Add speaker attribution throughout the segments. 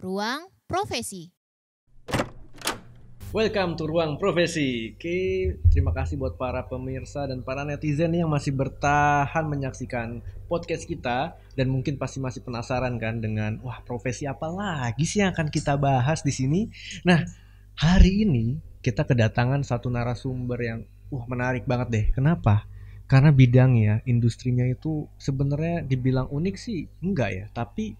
Speaker 1: Ruang Profesi.
Speaker 2: Welcome to Ruang Profesi. Oke, terima kasih buat para pemirsa dan para netizen yang masih bertahan menyaksikan podcast kita dan mungkin pasti masih penasaran kan dengan wah profesi apa lagi sih yang akan kita bahas di sini. Nah, hari ini kita kedatangan satu narasumber yang wah menarik banget deh. Kenapa? Karena bidangnya, industrinya itu sebenarnya dibilang unik sih enggak ya, tapi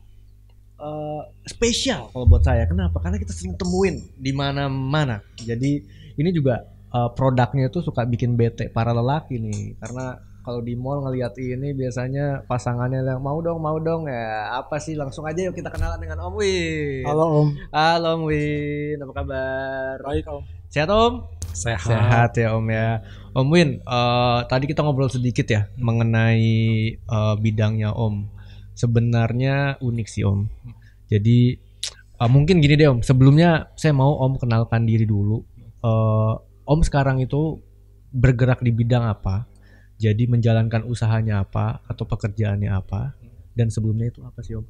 Speaker 2: eh, spesial kalau buat saya. Kenapa? Karena kita sering temuin di mana-mana. Jadi ini juga eh, produknya itu suka bikin bete para lelaki nih. Karena kalau di mall ngelihat ini biasanya pasangannya yang mau dong, mau dong ya. Apa sih? Langsung aja yuk kita kenalan dengan Om Win.
Speaker 3: Halo Om.
Speaker 2: Halo Om Win, apa kabar?
Speaker 3: Baik Om.
Speaker 2: Sehat Om?
Speaker 3: Sehat.
Speaker 2: Sehat ya Om ya. Om Win, eh, tadi kita ngobrol sedikit ya mengenai eh, bidangnya Om. Sebenarnya unik sih Om. Jadi eh, mungkin gini deh Om. Sebelumnya saya mau Om kenalkan diri dulu. Eh, om sekarang itu bergerak di bidang apa? Jadi menjalankan usahanya apa atau pekerjaannya apa? Dan sebelumnya itu apa sih Om?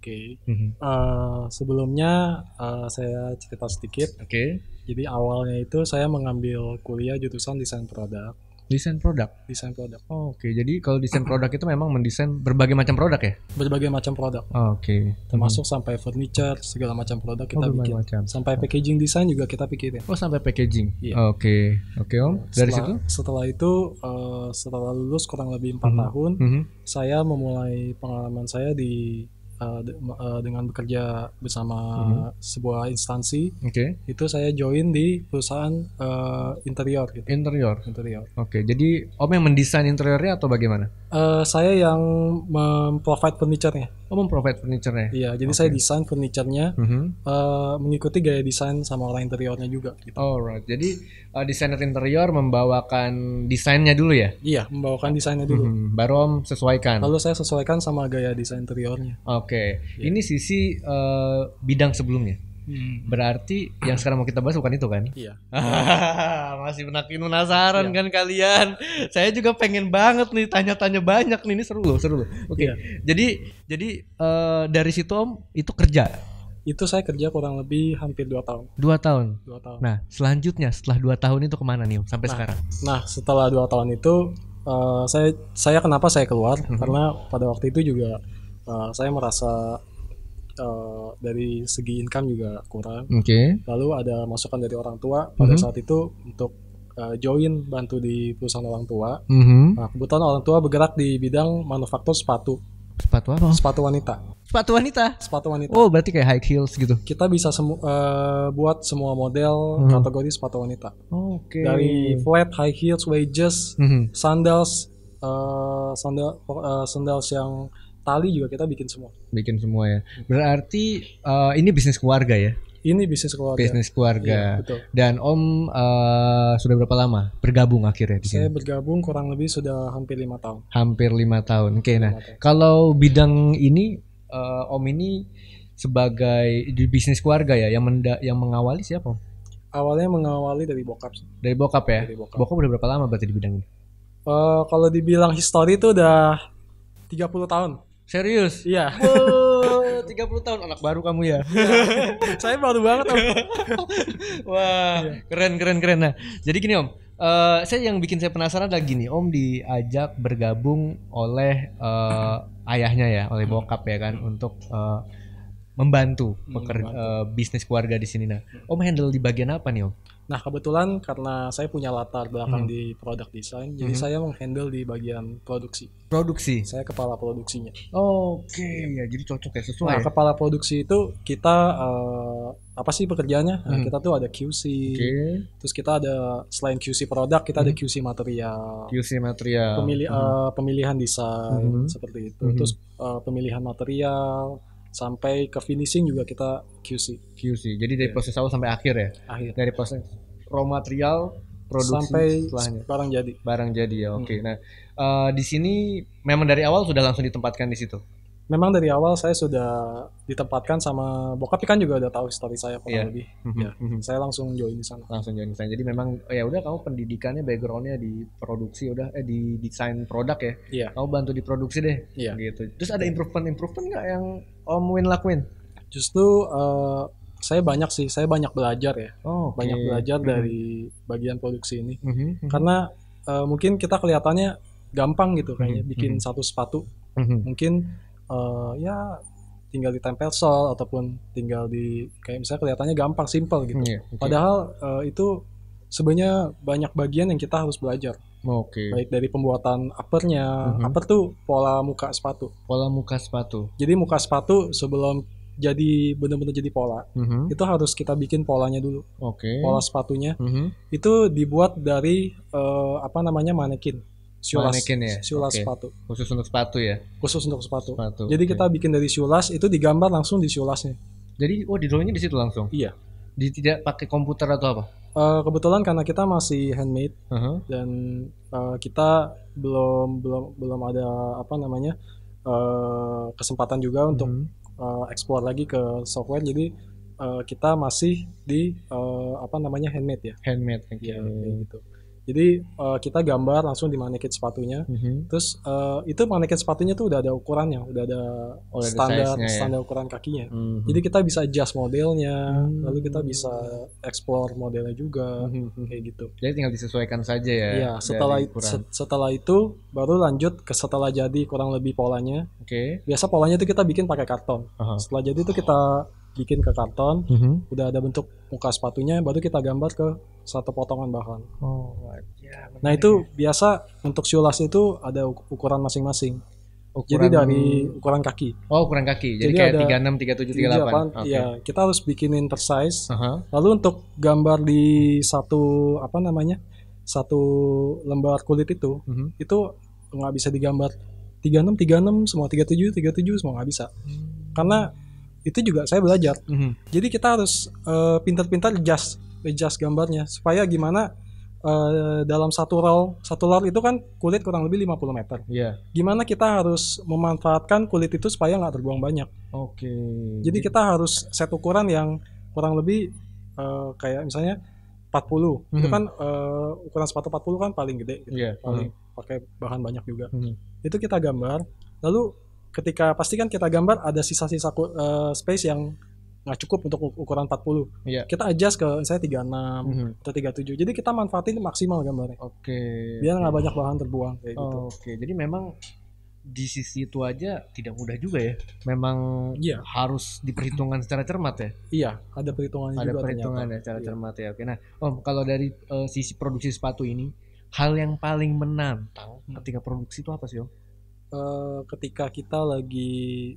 Speaker 3: Oke.
Speaker 2: Mhm.
Speaker 3: Eh, sebelumnya eh, saya cerita sedikit.
Speaker 2: Oke.
Speaker 3: Jadi awalnya itu saya mengambil kuliah jurusan desain produk.
Speaker 2: Desain produk.
Speaker 3: Desain produk.
Speaker 2: Oke, jadi kalau desain produk itu memang mendesain berbagai macam produk ya?
Speaker 3: Berbagai macam produk,
Speaker 2: Hmm. Oke.
Speaker 3: termasuk sampai furniture, segala macam produk kita
Speaker 2: Oh,
Speaker 3: bikin.
Speaker 2: berbagai macam.
Speaker 3: Sampai packaging desain juga kita pikirin.
Speaker 2: Oh sampai packaging.
Speaker 3: Iya.
Speaker 2: Oke, oke om. Dari situ?
Speaker 3: setelah, Setelah itu eh, setelah lulus kurang lebih empat
Speaker 2: Mhm.
Speaker 3: tahun,
Speaker 2: Mhm.
Speaker 3: saya memulai pengalaman saya di eh, de- eh, dengan bekerja bersama
Speaker 2: Hmm.
Speaker 3: sebuah instansi
Speaker 2: Oke.
Speaker 3: itu saya join di perusahaan eh, interior gitu
Speaker 2: Interior.
Speaker 3: interior
Speaker 2: Oke, jadi om yang mendesain interiornya atau bagaimana?
Speaker 3: Eh, saya yang memprovide furniture-nya
Speaker 2: Om memprovide furniture-nya.
Speaker 3: iya jadi
Speaker 2: Oke.
Speaker 3: saya desain furniture-nya
Speaker 2: Mhm.
Speaker 3: eh, mengikuti gaya desain sama orang interiornya juga gitu
Speaker 2: Alright. Jadi eh, desainer interior membawakan desainnya dulu ya.
Speaker 3: iya membawakan desainnya dulu
Speaker 2: Mhm. Baru om sesuaikan. Oke.
Speaker 3: lalu saya sesuaikan sama gaya desain interiornya Iya.
Speaker 2: Ini sisi eh, bidang sebelumnya. Mhm. Berarti yang sekarang mau kita bahas bukan itu kan?
Speaker 3: iya
Speaker 2: Ah, masih menakin penasaran
Speaker 3: Iya.
Speaker 2: kan kalian. Saya juga pengen banget nih tanya-tanya banyak nih. Ini seru loh, seru loh. Oke.
Speaker 3: Iya.
Speaker 2: Jadi jadi eh, dari situ Om itu kerja
Speaker 3: itu saya kerja kurang lebih hampir dua tahun
Speaker 2: dua tahun.
Speaker 3: dua tahun nah,
Speaker 2: Nah, selanjutnya setelah dua tahun itu kemana nih Om sampai
Speaker 3: Nah.
Speaker 2: sekarang?
Speaker 3: setelah dua tahun itu eh, saya saya kenapa saya keluar
Speaker 2: Mhm.
Speaker 3: karena pada waktu itu juga eh, saya merasa eh, dari segi income juga kurang
Speaker 2: Oke.
Speaker 3: lalu ada masukan dari orang tua pada
Speaker 2: Mhm.
Speaker 3: saat itu untuk uh, join bantu di perusahaan orang tua.
Speaker 2: Mhm.
Speaker 3: Nah, kebetulan orang tua bergerak di bidang manufaktur sepatu,
Speaker 2: Sepatu apa? Om?
Speaker 3: sepatu wanita,
Speaker 2: Sepatu wanita.
Speaker 3: sepatu wanita.
Speaker 2: Oh, berarti kayak high heels gitu.
Speaker 3: Kita bisa semu- uh, buat semua
Speaker 2: Mhm.
Speaker 3: model kategori sepatu wanita,
Speaker 2: Oke.
Speaker 3: dari flat, high heels, wedges,
Speaker 2: Mhm.
Speaker 3: sandals, uh, sandal, uh, sandals yang tali juga kita bikin semua.
Speaker 2: bikin semua ya. Berarti eh, ini bisnis keluarga ya.
Speaker 3: Ini bisnis keluarga.
Speaker 2: Bisnis
Speaker 3: Iya,
Speaker 2: keluarga.
Speaker 3: betul.
Speaker 2: Dan Om eh, sudah berapa lama bergabung akhirnya di sini?
Speaker 3: Saya bergabung kurang lebih sudah hampir lima tahun.
Speaker 2: hampir lima tahun. Oke, nah
Speaker 3: Lima tahun.
Speaker 2: kalau bidang ini eh, Om ini sebagai di bisnis keluarga ya, yang menda- yang mengawali siapa Om?
Speaker 3: Awalnya mengawali dari bokap, sih,
Speaker 2: Dari bokap ya.
Speaker 3: dari bokap.
Speaker 2: Bokap udah berapa lama berarti di bidang ini?
Speaker 3: Eh, kalau dibilang history itu udah 30 tahun.
Speaker 2: Serius? Oh.
Speaker 3: Iya,
Speaker 2: Wow, 30 Eh, tahun anak baru kamu ya.
Speaker 3: saya baru banget. Om.
Speaker 2: Wah, keren keren keren. Nah, jadi gini Om, eh, saya yang bikin saya penasaran adalah gini, Om diajak bergabung oleh eh, ayahnya ya, oleh bokap ya kan, untuk eh, membantu peker-
Speaker 3: Membantu.
Speaker 2: eh, bisnis keluarga di sini. Nah, Om handle di bagian apa nih Om?
Speaker 3: Nah, kebetulan karena saya punya latar belakang
Speaker 2: Hmm.
Speaker 3: di product design, jadi
Speaker 2: Hmm.
Speaker 3: saya menghandle di bagian produksi.
Speaker 2: Produksi.
Speaker 3: Saya kepala produksinya.
Speaker 2: Oke, ya jadi cocok ya sesuai.
Speaker 3: Nah,
Speaker 2: ya.
Speaker 3: kepala produksi itu kita eh, apa sih pekerjaannya? Nah,
Speaker 2: Hmm.
Speaker 3: kita tuh ada QC, terus kita ada selain QC produk, kita
Speaker 2: Hmm.
Speaker 3: ada QC material.
Speaker 2: QC material.
Speaker 3: Pemili-
Speaker 2: Mhm.
Speaker 3: eh, pemilihan desain
Speaker 2: Mhm.
Speaker 3: seperti itu.
Speaker 2: Mhm.
Speaker 3: Terus eh, pemilihan material sampai ke finishing juga kita QC
Speaker 2: QC. Jadi dari
Speaker 3: iya.
Speaker 2: proses awal sampai akhir ya.
Speaker 3: akhir.
Speaker 2: Dari proses raw material produksi
Speaker 3: sampai Hmm.
Speaker 2: setelahnya.
Speaker 3: barang jadi.
Speaker 2: Barang jadi ya. Oke. Nah, eh, di sini memang dari awal sudah langsung ditempatkan di situ.
Speaker 3: Memang dari awal saya sudah ditempatkan sama bokap kan juga udah tahu story saya
Speaker 2: Iya.
Speaker 3: kurang lebih.
Speaker 2: Mhm.
Speaker 3: Iya.
Speaker 2: Mhm.
Speaker 3: Saya langsung join di sana.
Speaker 2: langsung join desain. Jadi memang oh ya udah kamu pendidikannya backgroundnya di produksi udah eh di desain produk ya.
Speaker 3: Iya.
Speaker 2: Kamu bantu di produksi deh.
Speaker 3: Iya.
Speaker 2: Gitu. Terus ada improvement improvement nggak yang Om Win lakuin?
Speaker 3: justru eh, saya banyak sih saya banyak belajar ya
Speaker 2: Oh,
Speaker 3: banyak
Speaker 2: oke.
Speaker 3: belajar
Speaker 2: Mhm.
Speaker 3: dari bagian produksi ini
Speaker 2: Mhm, mhm.
Speaker 3: karena eh, mungkin kita kelihatannya gampang gitu kayaknya
Speaker 2: Mhm,
Speaker 3: bikin
Speaker 2: mhm.
Speaker 3: satu sepatu
Speaker 2: Mhm.
Speaker 3: mungkin eh, ya tinggal ditempel sol ataupun tinggal di kayak misalnya kelihatannya gampang simple gitu
Speaker 2: Iya, oke.
Speaker 3: padahal eh, itu sebenarnya banyak bagian yang kita harus belajar
Speaker 2: Oke.
Speaker 3: baik dari pembuatan uppernya
Speaker 2: Mhm.
Speaker 3: upper tuh pola muka sepatu
Speaker 2: Pola muka sepatu.
Speaker 3: jadi muka sepatu sebelum jadi benar-benar jadi pola
Speaker 2: Mhm.
Speaker 3: itu harus kita bikin polanya dulu
Speaker 2: Oke.
Speaker 3: pola sepatunya
Speaker 2: Mhm.
Speaker 3: itu dibuat dari eh, apa namanya manekin siulas
Speaker 2: Manekin ya,
Speaker 3: siulas
Speaker 2: oke.
Speaker 3: sepatu
Speaker 2: Khusus untuk sepatu ya.
Speaker 3: khusus untuk sepatu
Speaker 2: Sepatu.
Speaker 3: jadi
Speaker 2: oke.
Speaker 3: kita bikin dari siulas itu digambar langsung di siulasnya
Speaker 2: Jadi oh di drawingnya di situ langsung.
Speaker 3: Iya.
Speaker 2: Di tidak pakai komputer atau apa?
Speaker 3: Eh, kebetulan karena kita masih handmade
Speaker 2: Heeh.
Speaker 3: dan eh, kita belum belum belum ada apa namanya eh, kesempatan juga untuk
Speaker 2: Mhm.
Speaker 3: eh, explore lagi ke software jadi eh, kita masih di eh, apa namanya handmade ya
Speaker 2: handmade oke.
Speaker 3: Iya, kayak gitu jadi eh, kita gambar langsung di manekin sepatunya
Speaker 2: Mhm.
Speaker 3: terus eh, itu manekin sepatunya tuh udah ada ukurannya udah ada
Speaker 2: Oh, ada
Speaker 3: standar
Speaker 2: size-nya ya.
Speaker 3: standar ukuran kakinya
Speaker 2: Mhm.
Speaker 3: jadi kita bisa adjust modelnya
Speaker 2: Hmm.
Speaker 3: lalu kita bisa explore modelnya juga
Speaker 2: Mhm, mhm.
Speaker 3: kayak gitu
Speaker 2: Jadi tinggal disesuaikan saja ya.
Speaker 3: Iya,
Speaker 2: dari
Speaker 3: setelah
Speaker 2: ukuran.
Speaker 3: se- setelah itu baru lanjut ke setelah jadi kurang lebih polanya.
Speaker 2: Oke.
Speaker 3: Biasa polanya itu kita bikin pakai karton.
Speaker 2: Aha.
Speaker 3: Setelah jadi itu kita bikin ke karton,
Speaker 2: Mhm.
Speaker 3: udah ada bentuk muka sepatunya, baru kita gambar ke satu potongan bahan.
Speaker 2: Oh, ya,
Speaker 3: Nah itu biasa untuk siulas itu ada uk- ukuran masing-masing.
Speaker 2: ukuran,
Speaker 3: Jadi dari ukuran kaki.
Speaker 2: oh ukuran kaki. Jadi,
Speaker 3: Jadi
Speaker 2: kayak
Speaker 3: ada-
Speaker 2: 36, 37, 38.
Speaker 3: Jadi apa,
Speaker 2: Oke.
Speaker 3: Iya, kita harus bikinin per size.
Speaker 2: Aha.
Speaker 3: Lalu untuk gambar di satu apa namanya satu lembar kulit itu
Speaker 2: Mhm.
Speaker 3: itu nggak bisa digambar 36 36 semua 37 37 semua nggak bisa karena itu juga saya belajar
Speaker 2: Mhm.
Speaker 3: jadi kita harus eh, pintar-pintar adjust adjust gambarnya supaya gimana eh, dalam satu roll satu roll itu kan kulit kurang lebih 50 meter
Speaker 2: Iya.
Speaker 3: gimana kita harus memanfaatkan kulit itu supaya nggak terbuang banyak
Speaker 2: Oke.
Speaker 3: jadi kita harus set ukuran yang kurang lebih eh, kayak misalnya 40 itu
Speaker 2: Mhm.
Speaker 3: kan eh, ukuran sepatu 40 kan paling gede gitu
Speaker 2: Iya.
Speaker 3: paling pakai bahan banyak juga.
Speaker 2: Mhm.
Speaker 3: Itu kita gambar, lalu ketika pastikan kita gambar ada sisa-sisa ku- eh, space yang nggak cukup untuk uk- ukuran 40.
Speaker 2: Iya.
Speaker 3: Kita adjust ke saya 36
Speaker 2: Mhm.
Speaker 3: atau 37. Jadi kita manfaatin maksimal gambarnya.
Speaker 2: Oke.
Speaker 3: Biar nggak banyak bahan terbuang kayak gitu.
Speaker 2: Iya. Oh, Oke, jadi memang di sisi itu aja tidak mudah juga ya. Memang
Speaker 3: Iya.
Speaker 2: harus diperhitungkan secara cermat ya.
Speaker 3: Iya, ada perhitungannya
Speaker 2: Ada
Speaker 3: juga
Speaker 2: perhitungan ya secara
Speaker 3: Iya.
Speaker 2: cermat ya. Oke, nah Om kalau dari eh, sisi produksi sepatu ini, hal yang paling menantang
Speaker 3: Hmm.
Speaker 2: ketika produksi itu apa sih Om?
Speaker 3: Eh, ketika kita lagi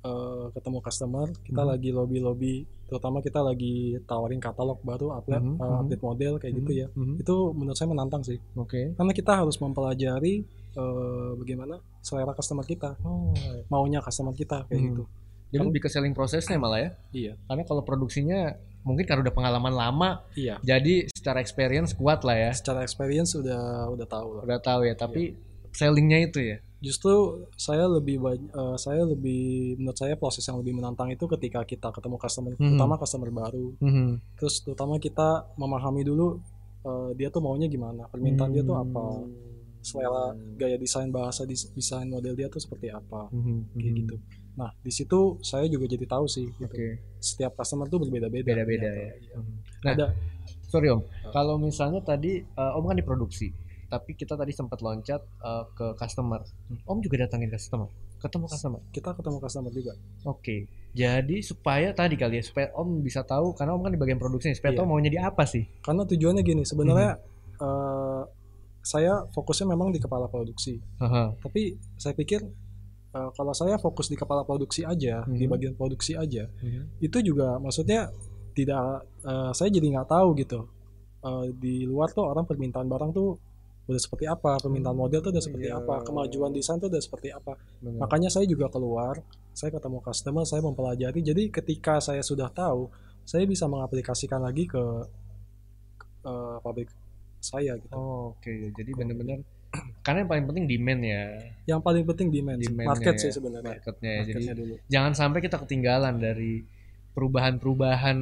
Speaker 3: eh, ketemu customer, kita
Speaker 2: Mhm.
Speaker 3: lagi lobby-lobby, terutama kita lagi tawarin katalog baru, update,
Speaker 2: Mhm,
Speaker 3: eh,
Speaker 2: mhm.
Speaker 3: update model kayak gitu ya.
Speaker 2: Mhm.
Speaker 3: Itu menurut saya menantang sih.
Speaker 2: Oke.
Speaker 3: karena kita harus mempelajari eh, bagaimana selera customer kita
Speaker 2: Oh.
Speaker 3: maunya customer kita kayak
Speaker 2: Hmm.
Speaker 3: gitu
Speaker 2: Jadi
Speaker 3: Kan-
Speaker 2: lebih ke selling prosesnya malah ya.
Speaker 3: iya
Speaker 2: Karena kalau produksinya mungkin karena udah pengalaman lama,
Speaker 3: iya
Speaker 2: jadi secara experience kuat lah ya.
Speaker 3: secara experience udah udah tahu lah.
Speaker 2: Udah tahu ya,
Speaker 3: Iya.
Speaker 2: tapi sellingnya itu ya.
Speaker 3: justru saya lebih banyak eh, saya lebih menurut saya proses yang lebih menantang itu ketika kita ketemu customer
Speaker 2: Hmm.
Speaker 3: terutama customer baru terus terutama kita memahami dulu eh, dia tuh maunya gimana permintaan dia tuh apa
Speaker 2: Hmm.
Speaker 3: selera gaya desain bahasa dis- desain model dia tuh seperti apa
Speaker 2: Hmm.
Speaker 3: kayak gitu nah di situ saya juga jadi tahu sih gitu.
Speaker 2: Oke.
Speaker 3: setiap customer tuh berbeda-beda
Speaker 2: Beda-beda ya.
Speaker 3: ternyata. Iya.
Speaker 2: Nah,
Speaker 3: Ada.
Speaker 2: sorry Om, kalau misalnya tadi eh, Om kan di produksi, tapi kita tadi sempat loncat eh, ke customer.
Speaker 3: Hmm.
Speaker 2: Om juga datangin customer, ketemu customer.
Speaker 3: kita ketemu customer juga.
Speaker 2: Oke. Jadi supaya tadi kali ya supaya Om bisa tahu karena Om kan di bagian produksinya, supaya
Speaker 3: Iya.
Speaker 2: tahu maunya di apa sih.
Speaker 3: Karena tujuannya gini, sebenarnya
Speaker 2: Hmm.
Speaker 3: eh, saya fokusnya memang di kepala produksi.
Speaker 2: Haha.
Speaker 3: Tapi saya pikir eh, kalau saya fokus di kepala produksi aja, di
Speaker 2: Mhm.
Speaker 3: bagian produksi aja, itu juga maksudnya tidak eh, saya jadi nggak tahu gitu. Eh, di luar tuh orang permintaan barang tuh udah seperti apa, permintaan
Speaker 2: Hmm,
Speaker 3: model tuh udah seperti
Speaker 2: iya.
Speaker 3: apa, kemajuan desain tuh udah seperti apa.
Speaker 2: Benar.
Speaker 3: Makanya saya juga keluar, saya ketemu customer, saya mempelajari. Jadi ketika saya sudah tahu, saya bisa mengaplikasikan lagi ke, ke eh, pabrik saya gitu.
Speaker 2: Oh, Oke, jadi benar-benar karena yang paling penting demand ya
Speaker 3: Yang paling penting demand, sih,
Speaker 2: Demand-nya
Speaker 3: market
Speaker 2: ya.
Speaker 3: sih sebenarnya.
Speaker 2: marketnya. ya. Jadi
Speaker 3: Marketnya dulu.
Speaker 2: jangan sampai kita ketinggalan dari perubahan-perubahan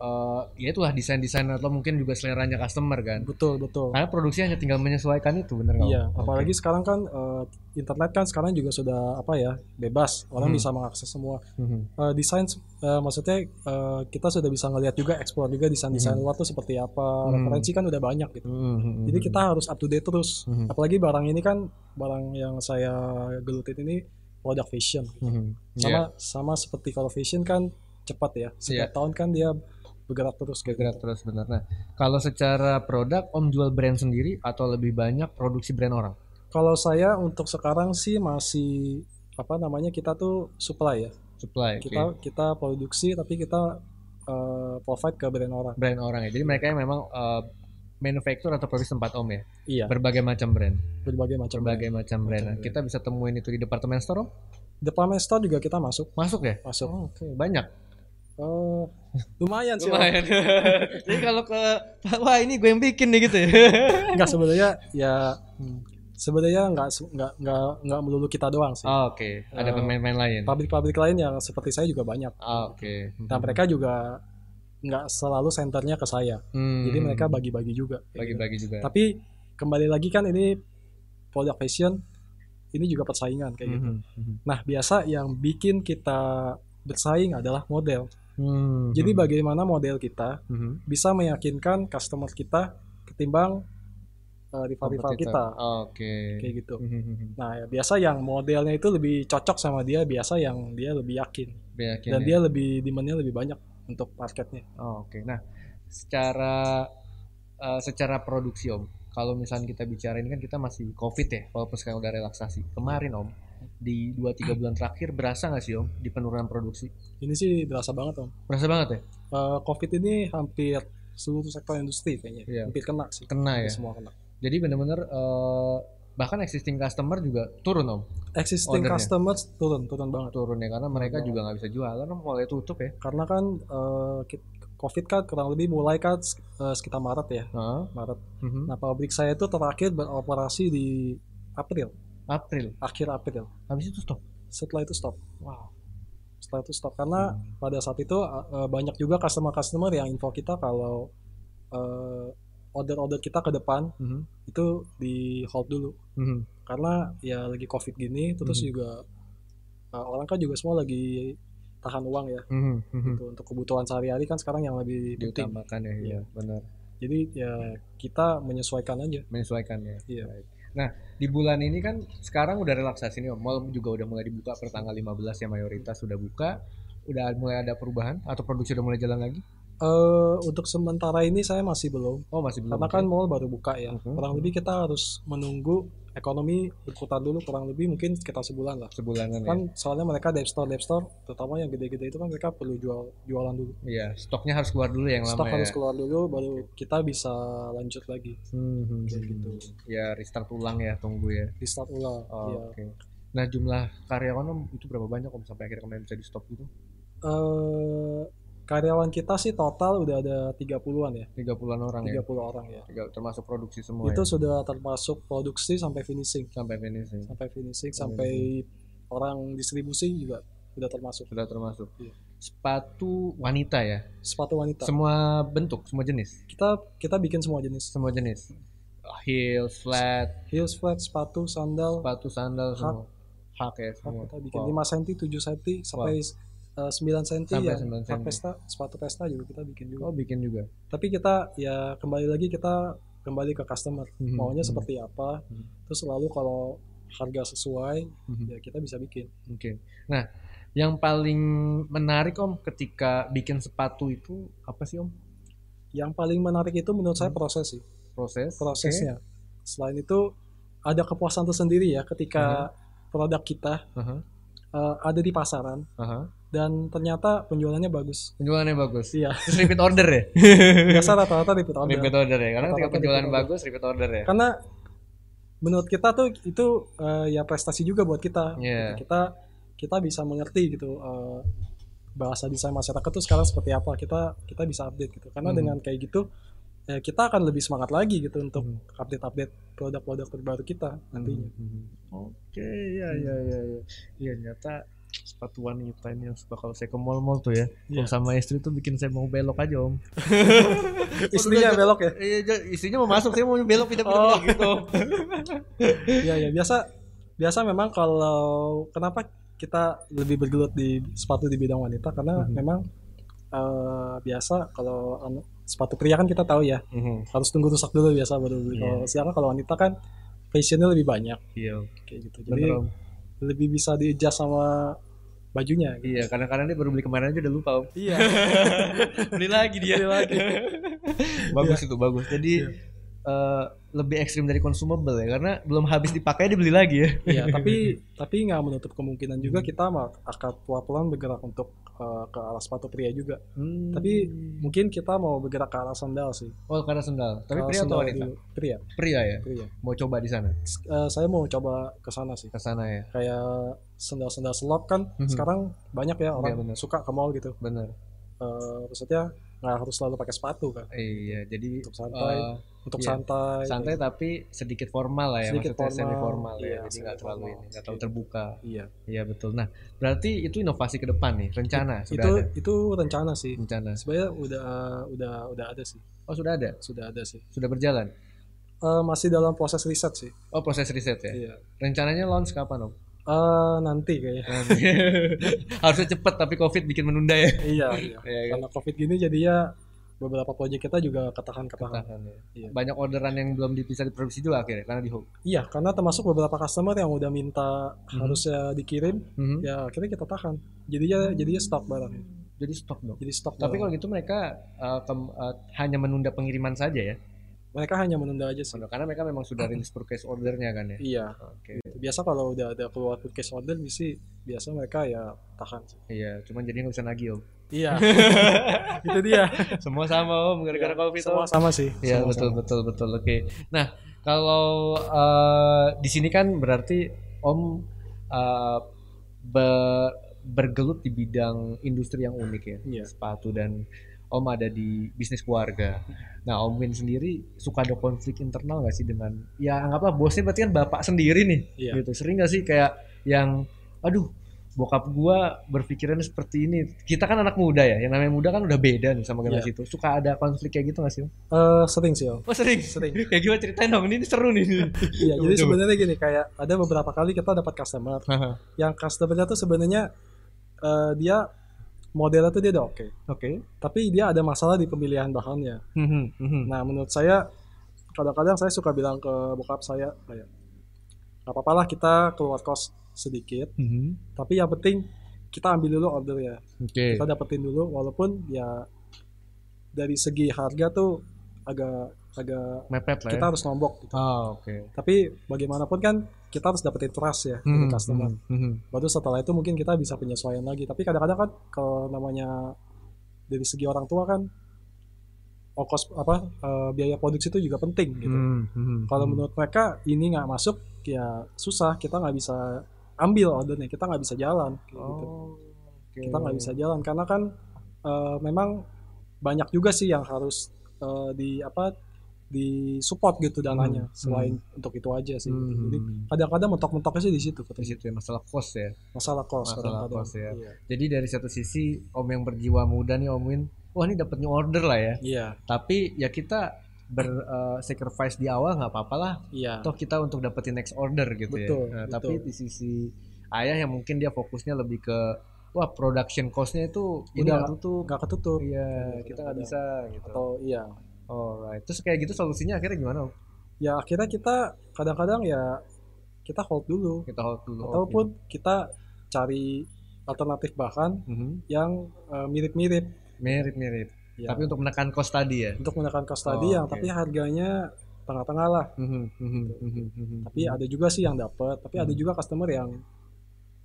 Speaker 2: eh, ya itulah desain desain atau mungkin juga seleranya customer kan
Speaker 3: betul betul
Speaker 2: karena produksi hanya tinggal menyesuaikan itu bener nggak
Speaker 3: Iya,
Speaker 2: Om?
Speaker 3: apalagi sekarang kan eh, internet kan sekarang juga sudah apa ya bebas,
Speaker 2: Hmm.
Speaker 3: orang bisa mengakses semua
Speaker 2: Oke. Mhm.
Speaker 3: Eh, desain. eh, maksudnya eh, kita sudah bisa ngelihat juga, explore juga desain desain
Speaker 2: Mhm.
Speaker 3: luar tuh seperti apa,
Speaker 2: Hmm.
Speaker 3: referensi kan udah banyak gitu.
Speaker 2: Mhm.
Speaker 3: Jadi kita harus up to date terus.
Speaker 2: Mhm.
Speaker 3: Apalagi barang ini kan barang yang saya gelutin ini produk fashion.
Speaker 2: Mhm. Iya,
Speaker 3: Sama sama seperti kalau fashion kan cepat ya, setiap tahun kan dia bergerak terus gitu.
Speaker 2: bergerak terus bener nah kalau secara produk om jual brand sendiri atau lebih banyak produksi brand orang
Speaker 3: Kalau saya untuk sekarang sih masih apa namanya kita tuh supply ya.
Speaker 2: supply oke.
Speaker 3: kita kita produksi tapi kita eh, provide ke brand orang
Speaker 2: brand orang ya jadi mereka yang memang eh, manufacturer atau produksi tempat om ya
Speaker 3: iya
Speaker 2: berbagai macam brand
Speaker 3: berbagai macam
Speaker 2: berbagai macam brand Nah,
Speaker 3: brand.
Speaker 2: kita bisa temuin itu di departemen store om
Speaker 3: brand. department store juga kita masuk
Speaker 2: masuk ya
Speaker 3: masuk
Speaker 2: Oh, oke banyak
Speaker 3: Eh, lumayan sih
Speaker 2: lumayan jadi kalau ke wah ini gue yang bikin nih gitu ya
Speaker 3: nggak sebenarnya ya hmm, sebenarnya nggak se- nggak nggak nggak melulu kita doang sih
Speaker 2: Oh, oke ada
Speaker 3: Eh,
Speaker 2: pemain-pemain lain
Speaker 3: pabrik-pabrik lain yang seperti saya juga banyak
Speaker 2: Ah, oke
Speaker 3: nah mereka juga nggak selalu senternya ke saya
Speaker 2: Hmm,
Speaker 3: jadi mereka bagi-bagi juga
Speaker 2: bagi-bagi juga
Speaker 3: tapi kembali lagi kan ini produk fashion ini juga persaingan kayak gitu
Speaker 2: Mhm, mhm.
Speaker 3: Nah, biasa yang bikin kita bersaing adalah model.
Speaker 2: Hmm,
Speaker 3: Jadi
Speaker 2: mhm.
Speaker 3: bagaimana model kita
Speaker 2: Mhm.
Speaker 3: bisa meyakinkan customer kita ketimbang eh, rival-rival kita
Speaker 2: Kompetitor. Oh, Oke.
Speaker 3: kayak gitu.
Speaker 2: Mhm.
Speaker 3: Nah, ya, biasa yang modelnya itu lebih cocok sama dia, biasa yang dia lebih yakin
Speaker 2: Beyakin
Speaker 3: dan
Speaker 2: ya.
Speaker 3: dia lebih demand-nya lebih banyak untuk marketnya.
Speaker 2: Oh, Oke. Nah, secara eh, secara produksi om, kalau misalnya kita bicara ini kan kita masih covid ya, walaupun sekarang udah relaksasi. Kemarin om, di 2-3 bulan terakhir berasa nggak sih om di penurunan produksi?
Speaker 3: Ini sih berasa banget, Om.
Speaker 2: Berasa banget ya?
Speaker 3: Eh, Covid ini hampir seluruh sektor industri kayaknya
Speaker 2: Iya.
Speaker 3: hampir kena sih.
Speaker 2: Kena ya.
Speaker 3: Hampir Semua kena.
Speaker 2: Jadi bener-bener eh, bahkan existing customer juga turun om,
Speaker 3: Existing
Speaker 2: Ordernya.
Speaker 3: customers turun, turun banget.
Speaker 2: turun ya karena mereka juga nggak bisa jualan om mulai tutup ya.
Speaker 3: karena kan eh, ki- COVID kan kurang lebih mulai kan sek- eh, sekitar Maret ya
Speaker 2: Heeh.
Speaker 3: Maret.
Speaker 2: Mhm.
Speaker 3: Nah pabrik saya itu terakhir beroperasi di April,
Speaker 2: April,
Speaker 3: akhir April.
Speaker 2: habis itu stop.
Speaker 3: Setelah itu stop,
Speaker 2: Wow.
Speaker 3: setelah itu stop karena pada saat itu eh, banyak juga customer-customer yang info kita kalau eh, order-order kita ke depan
Speaker 2: Mhm.
Speaker 3: itu di hold dulu
Speaker 2: Mhm.
Speaker 3: karena ya lagi COVID gini terus
Speaker 2: Mhm.
Speaker 3: juga eh, orang kan juga semua lagi tahan uang ya
Speaker 2: Mhm. Mhm.
Speaker 3: gitu. untuk kebutuhan sehari-hari kan sekarang yang lebih penting.
Speaker 2: Diutamakan ya, iya benar.
Speaker 3: Jadi ya kita menyesuaikan aja.
Speaker 2: menyesuaikan ya.
Speaker 3: Iya.
Speaker 2: Baik. Nah, di bulan ini kan sekarang udah relaksasi nih, Om. mall juga udah mulai dibuka per tanggal 15 ya mayoritas sudah buka. Udah mulai ada perubahan atau produksi udah mulai jalan lagi?
Speaker 3: eh untuk sementara ini saya masih belum,
Speaker 2: Oh, masih belum.
Speaker 3: karena kan mall baru buka ya.
Speaker 2: Mhm.
Speaker 3: Kurang lebih kita harus menunggu ekonomi berputar dulu kurang lebih mungkin sekitar sebulan lah.
Speaker 2: sebulanan ya.
Speaker 3: Kan soalnya mereka dep store dep store, terutama yang gede-gede itu kan mereka perlu jual jualan dulu.
Speaker 2: Iya, stoknya harus keluar dulu yang
Speaker 3: Stok
Speaker 2: lama
Speaker 3: harus
Speaker 2: ya.
Speaker 3: keluar dulu, baru kita bisa lanjut lagi
Speaker 2: Hmm, hmm,
Speaker 3: kayak
Speaker 2: hmm.
Speaker 3: gitu.
Speaker 2: Ya, restart ulang ya, tunggu ya.
Speaker 3: Di start ulang.
Speaker 2: Oh,
Speaker 3: Iya.
Speaker 2: Oke. Nah, jumlah karyawan Om, itu berapa banyak Om sampai akhirnya kemarin bisa di stop gitu?
Speaker 3: Eh, karyawan kita sih total udah ada 30-an ya,
Speaker 2: 30-an orang ya.
Speaker 3: 30 orang ya.
Speaker 2: Tiga- termasuk produksi semua ya.
Speaker 3: Itu sudah termasuk produksi sampai finishing.
Speaker 2: Sampai ya? finishing.
Speaker 3: sampai finishing sampai orang distribusi juga udah termasuk
Speaker 2: Sudah termasuk.
Speaker 3: Iya.
Speaker 2: Sepatu wanita ya.
Speaker 3: sepatu wanita
Speaker 2: Semua bentuk, semua jenis.
Speaker 3: kita kita bikin semua jenis
Speaker 2: semua jenis heels flat
Speaker 3: heels flat sepatu sandal
Speaker 2: sepatu sandal
Speaker 3: Hak.
Speaker 2: semua hak ya semua
Speaker 3: kita bikin
Speaker 2: Wow.
Speaker 3: 5 cm 7 cm sampai eh, 9 cm
Speaker 2: Sampai
Speaker 3: ya
Speaker 2: 9
Speaker 3: hak
Speaker 2: cm.
Speaker 3: pesta sepatu pesta juga kita bikin juga
Speaker 2: oh bikin juga
Speaker 3: tapi kita ya kembali lagi kita kembali ke customer
Speaker 2: Mhm.
Speaker 3: maunya
Speaker 2: Mhm.
Speaker 3: seperti apa
Speaker 2: Mhm.
Speaker 3: terus selalu kalau harga sesuai
Speaker 2: Mhm.
Speaker 3: ya kita bisa bikin
Speaker 2: oke nah yang paling menarik om ketika bikin sepatu itu apa sih om
Speaker 3: yang paling menarik itu menurut saya
Speaker 2: Mhm.
Speaker 3: proses sih
Speaker 2: proses
Speaker 3: prosesnya. Selain itu ada kepuasan tersendiri ya
Speaker 2: Hmm.
Speaker 3: ketika produk kita
Speaker 2: Oke. Aha,
Speaker 3: eh, ada di pasaran
Speaker 2: aha.
Speaker 3: dan ternyata penjualannya bagus.
Speaker 2: penjualannya bagus
Speaker 3: Iya.
Speaker 2: terus repeat order ya
Speaker 3: Biasa rata-rata repeat order.
Speaker 2: repeat order ya karena ketika
Speaker 3: Rata-rata
Speaker 2: penjualan
Speaker 3: repeat order. Kan,
Speaker 2: bagus repeat order ya
Speaker 3: Karena menurut kita tuh itu eh, ya prestasi juga buat kita.
Speaker 2: Iya.
Speaker 3: Gitu. Kita kita bisa mengerti gitu eh, bahasa desain masyarakat tuh sekarang seperti apa. Kita kita bisa update gitu. Karena
Speaker 2: Mhm.
Speaker 3: dengan kayak gitu eh, kita akan lebih semangat lagi gitu untuk
Speaker 2: Mhm.
Speaker 3: update-update
Speaker 2: Hmm,
Speaker 3: produk-produk terbaru kita nantinya.
Speaker 2: Mhm. oke ya ya ya ya Iya, nyata sepatu wanita ini yang suka kalau saya ke mall-mall tuh ya. Kalau
Speaker 3: Iya.
Speaker 2: sama istri tuh bikin saya mau belok aja, Om. Hmm.
Speaker 3: Istrinya belok ya?
Speaker 2: Iya, ja- istrinya mau masuk, saya mau belok pindah-pindah
Speaker 3: Oh.
Speaker 2: gitu.
Speaker 3: Iya ya biasa biasa memang kalau kenapa kita lebih bergelut di sepatu di bidang wanita karena
Speaker 2: Mhm.
Speaker 3: memang eh, biasa kalau an- sepatu pria kan kita tahu ya harus tunggu rusak dulu biasa baru beli. Kalau sedangkan kalau wanita kan fashionnya lebih banyak
Speaker 2: Iya.
Speaker 3: kayak gitu. Jadi
Speaker 2: Bener, Om.
Speaker 3: lebih bisa di adjust sama bajunya. Gitu.
Speaker 2: Iya, kadang-kadang dia baru beli kemarin aja udah lupa, Om.
Speaker 3: Iya.
Speaker 2: beli lagi dia
Speaker 3: Beli lagi.
Speaker 2: bagus itu bagus jadi
Speaker 3: Iya.
Speaker 2: eh, lebih ekstrim dari consumable ya karena belum habis dipakai dibeli lagi ya
Speaker 3: Iya, tapi tapi nggak menutup kemungkinan juga
Speaker 2: Hmm.
Speaker 3: kita ma- akan pelan-pelan bergerak untuk eh, ke arah sepatu pria juga. Tapi mungkin kita mau bergerak ke arah sandal sih.
Speaker 2: oh karena sandal tapi pria
Speaker 3: Kalau iya.
Speaker 2: atau
Speaker 3: sandal
Speaker 2: wanita
Speaker 3: dulu. Pria,
Speaker 2: pria ya
Speaker 3: pria.
Speaker 2: mau coba di sana
Speaker 3: S- eh, saya mau coba ke sana sih.
Speaker 2: ke sana ya
Speaker 3: Kayak sandal-sandal selop kan
Speaker 2: Mhm.
Speaker 3: sekarang banyak ya orang
Speaker 2: Iya, benar.
Speaker 3: suka ke mall gitu.
Speaker 2: bener
Speaker 3: Eh, maksudnya nggak harus selalu pakai sepatu kan.
Speaker 2: iya jadi
Speaker 3: Untuk santai,
Speaker 2: eh,
Speaker 3: untuk
Speaker 2: iya.
Speaker 3: santai.
Speaker 2: santai tapi sedikit formal lah ya
Speaker 3: Sedikit
Speaker 2: maksudnya
Speaker 3: formal,
Speaker 2: semi formal
Speaker 3: iya,
Speaker 2: ya jadi nggak terlalu
Speaker 3: semi-formal.
Speaker 2: ini nggak terlalu terbuka
Speaker 3: Iya.
Speaker 2: iya betul nah berarti itu inovasi ke depan nih rencana sudah
Speaker 3: itu
Speaker 2: ada Iya.
Speaker 3: itu rencana sih.
Speaker 2: rencana
Speaker 3: Sebenarnya udah udah udah ada sih.
Speaker 2: oh sudah ada
Speaker 3: Sudah ada sih.
Speaker 2: sudah berjalan
Speaker 3: Eh, masih dalam proses riset sih.
Speaker 2: oh proses riset ya
Speaker 3: Iya.
Speaker 2: rencananya launch kapan om
Speaker 3: Eh, nanti kayaknya.
Speaker 2: harusnya cepet tapi covid bikin menunda ya
Speaker 3: iya, iya.
Speaker 2: Iya, kan?
Speaker 3: Karena Covid gini jadinya beberapa proyek kita juga ketahan-ketahan.
Speaker 2: Tahan, ya.
Speaker 3: Iya.
Speaker 2: banyak orderan yang belum bisa diproduksi juga akhirnya karena di hook
Speaker 3: Iya, karena termasuk beberapa customer yang udah minta harusnya dikirim,
Speaker 2: Mhm.
Speaker 3: ya akhirnya kita tahan. Jadinya jadinya stok barangnya.
Speaker 2: jadi stok dong
Speaker 3: Jadi stok.
Speaker 2: tapi kalau
Speaker 3: doang.
Speaker 2: gitu mereka eh, kem- eh, hanya menunda pengiriman saja ya
Speaker 3: mereka hanya menunda aja sih.
Speaker 2: karena mereka memang sudah rilis purchase ordernya kan ya
Speaker 3: Iya.
Speaker 2: oke
Speaker 3: Biasa kalau udah ada keluar purchase order sih biasa mereka ya tahan sih.
Speaker 2: iya cuman jadi nggak bisa nagih om
Speaker 3: Iya. Itu dia.
Speaker 2: semua sama om gara-gara
Speaker 3: Iya,
Speaker 2: covid
Speaker 3: semua
Speaker 2: om
Speaker 3: sama sih.
Speaker 2: Iya
Speaker 3: Semua
Speaker 2: betul
Speaker 3: sama.
Speaker 2: betul betul oke nah kalau eh, di sini kan berarti om eh, be- bergelut di bidang industri yang unik ya
Speaker 3: Iya.
Speaker 2: sepatu dan Om ada di bisnis keluarga. Nah Om Win sendiri suka ada konflik internal nggak sih dengan ya anggaplah bosnya berarti kan bapak sendiri nih
Speaker 3: Iya.
Speaker 2: gitu. Sering nggak sih kayak yang aduh bokap gua berpikirannya seperti ini. Kita kan anak muda ya, yang namanya muda kan udah beda nih sama generasi itu.
Speaker 3: Iya.
Speaker 2: Suka ada konflik kayak gitu nggak sih? Om?
Speaker 3: Eh, sering sih, Om.
Speaker 2: Oh sering.
Speaker 3: Sering.
Speaker 2: kayak gimana ceritain dong? Ini seru nih.
Speaker 3: Iya,
Speaker 2: Coba,
Speaker 3: jadi
Speaker 2: coba.
Speaker 3: sebenarnya gini kayak ada beberapa kali kita dapat customer
Speaker 2: Haha.
Speaker 3: yang customernya tuh sebenarnya eh, dia modelnya tuh dia udah oke,
Speaker 2: Oke.
Speaker 3: tapi dia ada masalah di pemilihan bahannya.
Speaker 2: Mhm, mhm.
Speaker 3: Nah, menurut saya kadang-kadang saya suka bilang ke bokap saya kayak nggak apa-apalah kita keluar kos sedikit,
Speaker 2: Mhm.
Speaker 3: tapi yang penting kita ambil dulu order ya.
Speaker 2: Oke.
Speaker 3: Kita dapetin dulu walaupun ya dari segi harga tuh agak agak
Speaker 2: Mepet lah. Ya.
Speaker 3: kita harus nombok gitu.
Speaker 2: Ah, oke.
Speaker 3: Tapi bagaimanapun kan kita harus dapetin trust ya dari
Speaker 2: Mhm,
Speaker 3: customer.
Speaker 2: mhm, mhm.
Speaker 3: Baru setelah itu mungkin kita bisa penyesuaian lagi. Tapi kadang-kadang kan kalau namanya dari segi orang tua kan ongkos apa eh, biaya produksi itu juga penting gitu.
Speaker 2: Mhm, mhm,
Speaker 3: Kalau
Speaker 2: mhm.
Speaker 3: menurut mereka ini nggak masuk ya susah kita nggak bisa ambil ordernya kita nggak bisa jalan kayak gitu.
Speaker 2: Oh, oke.
Speaker 3: Kita nggak bisa jalan karena kan eh, memang banyak juga sih yang harus eh, di apa di support gitu dananya
Speaker 2: Hmm,
Speaker 3: selain untuk itu aja sih. gitu.
Speaker 2: Mhm.
Speaker 3: Jadi kadang-kadang mentok-mentoknya sih di situ
Speaker 2: Di
Speaker 3: katanya.
Speaker 2: situ ya, masalah cost ya.
Speaker 3: masalah kos
Speaker 2: Masalah
Speaker 3: kadang-kadang.
Speaker 2: kos, ya.
Speaker 3: Iya.
Speaker 2: Jadi dari satu sisi om yang berjiwa muda nih om Win, wah ini dapat new order lah ya.
Speaker 3: Iya,
Speaker 2: Tapi ya kita ber eh, sacrifice di awal nggak apa-apa lah.
Speaker 3: iya.
Speaker 2: Toh kita untuk dapetin next order gitu
Speaker 3: Betul,
Speaker 2: ya. Nah,
Speaker 3: betul.
Speaker 2: Tapi di sisi ayah yang mungkin dia fokusnya lebih ke wah production costnya itu ini
Speaker 3: Udah,
Speaker 2: nggak tutup.
Speaker 3: nggak ketutup
Speaker 2: Iya kita nggak
Speaker 3: udah.
Speaker 2: bisa gitu.
Speaker 3: atau iya.
Speaker 2: Alright. Terus kayak gitu solusinya akhirnya gimana? Om?
Speaker 3: Ya akhirnya kita kadang-kadang ya kita hold dulu
Speaker 2: Kita hold dulu.
Speaker 3: ataupun kita cari alternatif bahan
Speaker 2: Oke. Mhm.
Speaker 3: yang eh, mirip-mirip
Speaker 2: mirip-mirip.
Speaker 3: Ya.
Speaker 2: Tapi untuk menekan cost tadi ya.
Speaker 3: untuk menggunakan kaos tadi
Speaker 2: Oh,
Speaker 3: yang
Speaker 2: oke.
Speaker 3: tapi harganya tengah-tengah lah.
Speaker 2: Mhm, mhm, mhm, mhm.
Speaker 3: Tapi ada juga sih yang dapat, tapi ada
Speaker 2: Hmm.
Speaker 3: juga customer yang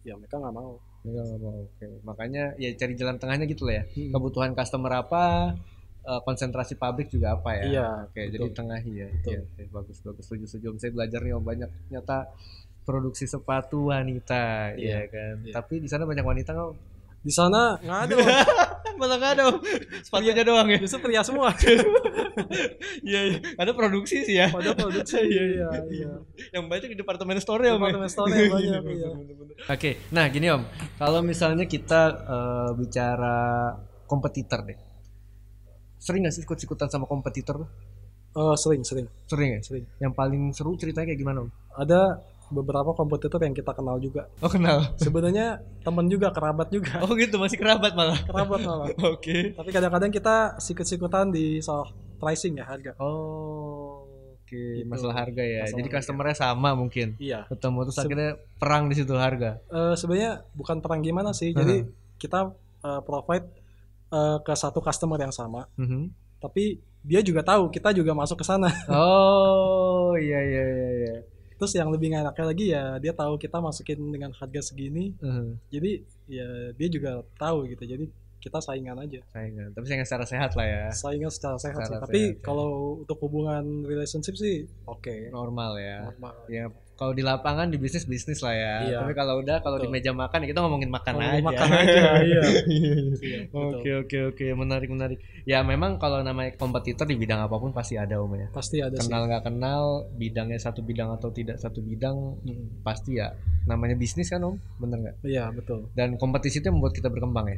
Speaker 3: ya mereka nggak mau.
Speaker 2: Enggak, enggak mau. Oke. Makanya ya cari jalan tengahnya gitu lah ya.
Speaker 3: Hmm.
Speaker 2: Kebutuhan customer apa, eh, konsentrasi pabrik juga apa ya.
Speaker 3: Iya,
Speaker 2: Oke,
Speaker 3: betul.
Speaker 2: jadi tengahi ya.
Speaker 3: Betul.
Speaker 2: Iya, oke, bagus bagus setuju setuju. Om. Saya belajar nih om banyak ternyata produksi sepatu wanita,
Speaker 3: Iya.
Speaker 2: iya kan.
Speaker 3: Iya.
Speaker 2: Tapi di sana banyak wanita nggak? Om?
Speaker 3: Di sana nggak ada. Om.
Speaker 2: masa nggak ada sepatunya doang ya
Speaker 3: Justru pria semua.
Speaker 2: iya iya ada produksi sih ya
Speaker 3: Pada produksi.
Speaker 2: Iya,
Speaker 3: iya, iya.
Speaker 2: yang banyak di departemen store ya Om, ya
Speaker 3: Departemen store yang banyak, iya.
Speaker 2: Oke, nah gini om, kalau misalnya kita eh, bicara kompetitor deh, sering nggak sih ikut-ikutan sama kompetitor? tuh?
Speaker 3: Eh, sering, sering,
Speaker 2: Sering ya.
Speaker 3: sering.
Speaker 2: Yang paling seru ceritanya kayak gimana om?
Speaker 3: Ada beberapa kompetitor yang kita kenal juga.
Speaker 2: Oh kenal.
Speaker 3: Sebenarnya teman juga, kerabat juga.
Speaker 2: Oh gitu masih kerabat malah.
Speaker 3: Kerabat malah.
Speaker 2: Oke.
Speaker 3: Tapi kadang-kadang kita sikut-sikutan di soal pricing ya harga.
Speaker 2: Oh oke.
Speaker 3: Gitu.
Speaker 2: Masalah harga ya.
Speaker 3: Masalah
Speaker 2: Jadi
Speaker 3: harga.
Speaker 2: customernya sama mungkin.
Speaker 3: Iya.
Speaker 2: Ketemu terus
Speaker 3: Se-
Speaker 2: akhirnya perang di situ harga.
Speaker 3: Eh, sebenarnya bukan perang gimana sih.
Speaker 2: Hmm.
Speaker 3: Jadi kita eh, provide eh, ke satu customer yang sama,
Speaker 2: Mhm.
Speaker 3: tapi dia juga tahu kita juga masuk ke sana.
Speaker 2: Oh iya iya iya. iya.
Speaker 3: Terus yang lebih nggak enaknya lagi ya dia tahu kita masukin dengan harga segini,
Speaker 2: Mhm.
Speaker 3: jadi ya dia juga tahu gitu. Jadi kita saingan aja,
Speaker 2: Saingan. Tapi saingan secara sehat lah ya.
Speaker 3: saingan secara sehat. sih.
Speaker 2: Secara
Speaker 3: Tapi
Speaker 2: sehat, ya.
Speaker 3: kalau untuk hubungan relationship sih oke,
Speaker 2: Normal ya.
Speaker 3: normal.
Speaker 2: ya kalau di lapangan di bisnis bisnis lah ya
Speaker 3: Iya.
Speaker 2: tapi kalau udah kalau di
Speaker 3: Betul.
Speaker 2: meja makan ya kita ngomongin makan
Speaker 3: Kalau
Speaker 2: aja
Speaker 3: Makan aja, iya. Iya,
Speaker 2: oke
Speaker 3: betul.
Speaker 2: oke oke menarik menarik ya memang kalau namanya kompetitor di bidang apapun pasti ada om ya
Speaker 3: Pasti ada Gitu sih.
Speaker 2: kenal nggak kenal bidangnya satu bidang atau tidak satu bidang
Speaker 3: Mm.
Speaker 2: pasti ya namanya bisnis kan om bener nggak
Speaker 3: Iya betul.
Speaker 2: dan kompetisi itu yang membuat kita berkembang ya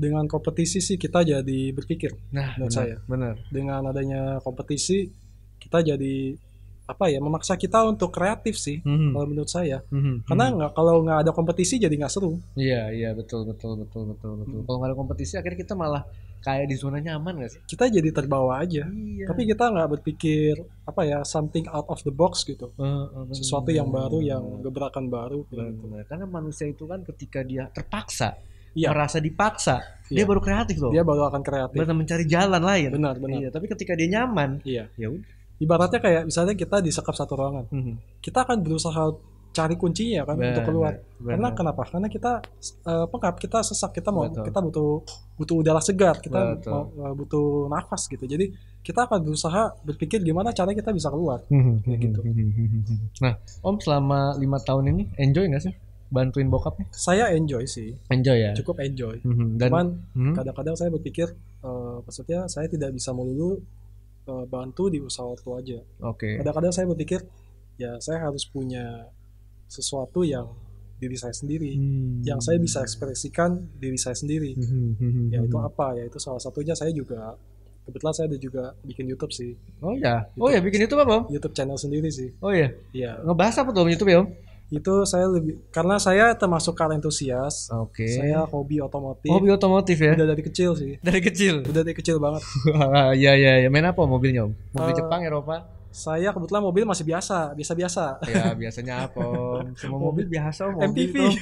Speaker 3: Dengan kompetisi sih kita jadi berpikir.
Speaker 2: nah
Speaker 3: Menurut saya.
Speaker 2: bener
Speaker 3: Dengan adanya kompetisi kita jadi apa ya memaksa kita untuk kreatif sih.
Speaker 2: Mhm,
Speaker 3: Kalau menurut saya,
Speaker 2: mhm,
Speaker 3: Hmm. karena
Speaker 2: mhm.
Speaker 3: nggak kalau nggak ada kompetisi jadi nggak seru.
Speaker 2: iya iya betul betul betul betul betul
Speaker 3: Mhm.
Speaker 2: kalau nggak ada kompetisi akhirnya kita malah kayak di zona nyaman nggak sih
Speaker 3: Kita jadi terbawa aja.
Speaker 2: iya
Speaker 3: tapi kita nggak berpikir apa ya something out of the box gitu
Speaker 2: Eh,
Speaker 3: sesuatu yang baru yang
Speaker 2: Hmm.
Speaker 3: gebrakan baru gitu.
Speaker 2: Benar. Karena manusia itu kan ketika dia terpaksa,
Speaker 3: Iya.
Speaker 2: merasa dipaksa, dia
Speaker 3: Iya.
Speaker 2: baru kreatif loh.
Speaker 3: dia baru akan kreatif
Speaker 2: Baru mencari jalan lain.
Speaker 3: benar benar
Speaker 2: Iya, tapi ketika dia nyaman,
Speaker 3: iya
Speaker 2: ya udah.
Speaker 3: ibaratnya kayak misalnya kita disekap satu ruangan kita akan berusaha cari kuncinya kan untuk keluar karena kenapa karena kita eh, pengap kita sesak kita mau
Speaker 2: Betul.
Speaker 3: kita butuh butuh udara segar kita
Speaker 2: Betul.
Speaker 3: mau, eh, butuh nafas gitu jadi kita akan berusaha berpikir gimana caranya kita bisa keluar
Speaker 2: Hmm,
Speaker 3: kayak gitu.
Speaker 2: Nah, Om selama lima tahun ini enjoy nggak sih bantuin bokapnya?
Speaker 3: saya enjoy sih
Speaker 2: Enjoy ya.
Speaker 3: cukup enjoy
Speaker 2: Mhm. Dan
Speaker 3: cuman kan
Speaker 2: Mhm.
Speaker 3: kadang-kadang saya berpikir eh, maksudnya saya tidak bisa melulu eh, bantu di usaha itu aja
Speaker 2: oke.
Speaker 3: kadang-kadang saya berpikir ya saya harus punya sesuatu yang diri saya sendiri
Speaker 2: Hmm.
Speaker 3: yang saya bisa ekspresikan diri saya sendiri
Speaker 2: Mhm.
Speaker 3: ya itu apa ya itu salah satunya saya juga kebetulan saya ada juga bikin YouTube sih
Speaker 2: Oh ya. Oh ya bikin YouTube apa, Om?
Speaker 3: YouTube channel sendiri sih
Speaker 2: Oh ya.
Speaker 3: ya
Speaker 2: Ngebahas apa tuh Om YouTube ya, Om?
Speaker 3: itu saya lebih karena saya termasuk car entusias
Speaker 2: Oke.
Speaker 3: saya hobi otomotif
Speaker 2: Hobi otomotif ya.
Speaker 3: udah dari kecil sih
Speaker 2: Dari kecil.
Speaker 3: udah dari kecil banget
Speaker 2: Hahaha, Iya iya iya. Main apa mobilnya om? Mobil
Speaker 3: Eh,
Speaker 2: Jepang Eropa?
Speaker 3: saya kebetulan mobil masih biasa biasa-biasa
Speaker 2: Ya biasanya apa om? Semua mobil biasa om.
Speaker 3: MPV.
Speaker 2: Mobil,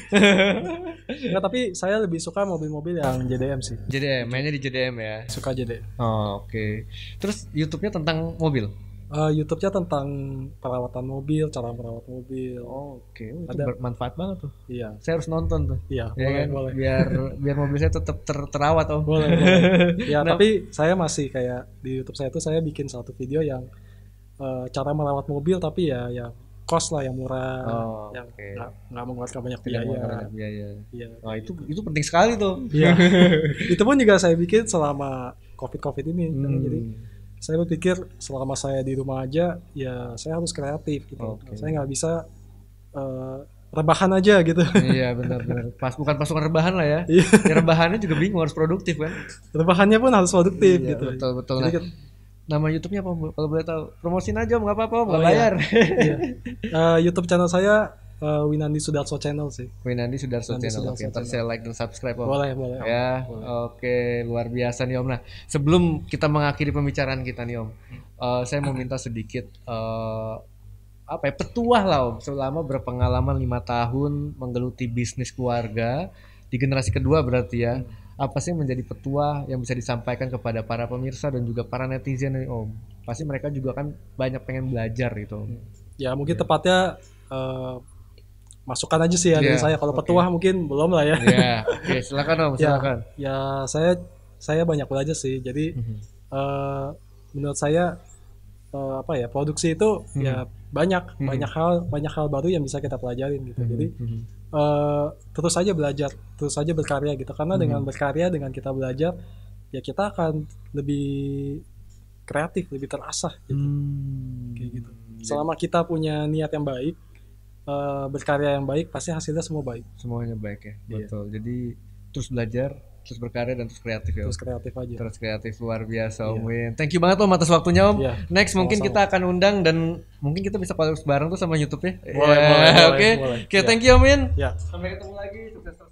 Speaker 3: Enggak, tapi saya lebih suka mobil-mobil yang JDM sih.
Speaker 2: JDM, mainnya di JDM ya.
Speaker 3: Suka JDM.
Speaker 2: Oh, Oke. Terus YouTube-nya tentang mobil.
Speaker 3: Eh, YouTube-nya tentang perawatan mobil, cara merawat mobil.
Speaker 2: Oke, oh, itu
Speaker 3: Ada.
Speaker 2: bermanfaat banget tuh.
Speaker 3: Iya,
Speaker 2: Saya harus nonton tuh.
Speaker 3: iya,
Speaker 2: Ya
Speaker 3: boleh,
Speaker 2: kan?
Speaker 3: boleh.
Speaker 2: Biar biar mobil saya tetap ter- terawat oh. om.
Speaker 3: Boleh, boleh. Ya,
Speaker 2: Nah.
Speaker 3: tapi saya masih kayak di YouTube saya itu saya bikin satu video yang eh, cara merawat mobil tapi ya yang cost lah yang murah,
Speaker 2: Oh,
Speaker 3: yang
Speaker 2: oke.
Speaker 3: nggak nggak mengeluarkan banyak
Speaker 2: Tidak
Speaker 3: biaya.
Speaker 2: mengeluarkan biaya.
Speaker 3: Iya.
Speaker 2: Wah, itu itu penting sekali tuh.
Speaker 3: Iya. itu pun juga saya bikin selama Covid-Covid ini.
Speaker 2: Hmm.
Speaker 3: Jadi saya berpikir selama saya di rumah aja ya saya harus kreatif gitu
Speaker 2: Oke.
Speaker 3: saya nggak bisa eh, rebahan aja gitu
Speaker 2: iya benar-benar. Pas bukan pasukan rebahan lah ya.
Speaker 3: Iya.
Speaker 2: Ya, rebahannya juga bingung harus produktif kan.
Speaker 3: rebahannya pun harus produktif
Speaker 2: Iya,
Speaker 3: gitu
Speaker 2: Betul betul.
Speaker 3: Jadi
Speaker 2: Nah,
Speaker 3: kan-
Speaker 2: nama YouTube-nya apa Bu? kalau boleh tahu promosiin aja om nggak apa-apa om nggak
Speaker 3: Oh, iya.
Speaker 2: bayar
Speaker 3: iya. Eh, YouTube channel saya eh, Winandi Sudarso channel sih
Speaker 2: Winandi Sudarso
Speaker 3: Winandi
Speaker 2: channel
Speaker 3: Sudarso
Speaker 2: oke ntar
Speaker 3: channel.
Speaker 2: saya like dan subscribe om
Speaker 3: boleh boleh Om.
Speaker 2: ya
Speaker 3: boleh.
Speaker 2: oke luar biasa nih om nah sebelum kita mengakhiri pembicaraan kita nih om eh, saya mau minta sedikit eh, apa ya petuah lah om selama berpengalaman lima tahun menggeluti bisnis keluarga di generasi kedua berarti ya
Speaker 3: Hmm.
Speaker 2: apa sih yang menjadi petuah yang bisa disampaikan kepada para pemirsa dan juga para netizen nih om pasti mereka juga kan banyak pengen belajar gitu om.
Speaker 3: ya mungkin tepatnya eh, masukkan aja sih ya dari
Speaker 2: Iya,
Speaker 3: saya kalau
Speaker 2: oke.
Speaker 3: petuah mungkin belum lah ya
Speaker 2: Ya, oke silakan om,
Speaker 3: Ya.
Speaker 2: silakan.
Speaker 3: ya saya saya banyak belajar sih jadi eh, menurut saya eh, apa ya produksi itu
Speaker 2: Mhm.
Speaker 3: ya banyak
Speaker 2: Mhm. Hmm.
Speaker 3: banyak hal banyak hal baru yang bisa kita pelajarin gitu jadi eh, terus saja belajar, terus saja berkarya gitu. Karena
Speaker 2: Mhm.
Speaker 3: dengan berkarya, dengan kita belajar, ya kita akan lebih kreatif, lebih terasah gitu. Kayak gitu. Selama kita punya niat yang baik, eh, berkarya yang baik, pasti hasilnya semua baik.
Speaker 2: semuanya baik ya
Speaker 3: Iya.
Speaker 2: betul jadi terus belajar terus berkarya dan terus kreatif ya Om.
Speaker 3: Terus kreatif aja.
Speaker 2: terus kreatif luar biasa
Speaker 3: Iya.
Speaker 2: Om Win thank you banget Om atas waktunya Om
Speaker 3: Iya.
Speaker 2: next mungkin
Speaker 3: Sama-sama.
Speaker 2: kita akan undang dan mungkin kita bisa collab bareng tuh sama YouTube ya
Speaker 3: Boleh,
Speaker 2: Ya,
Speaker 3: boleh, boleh,
Speaker 2: oke
Speaker 3: boleh.
Speaker 2: oke
Speaker 3: Iya.
Speaker 2: thank you Om Win
Speaker 3: Ya.
Speaker 2: sampai ketemu lagi sukses terus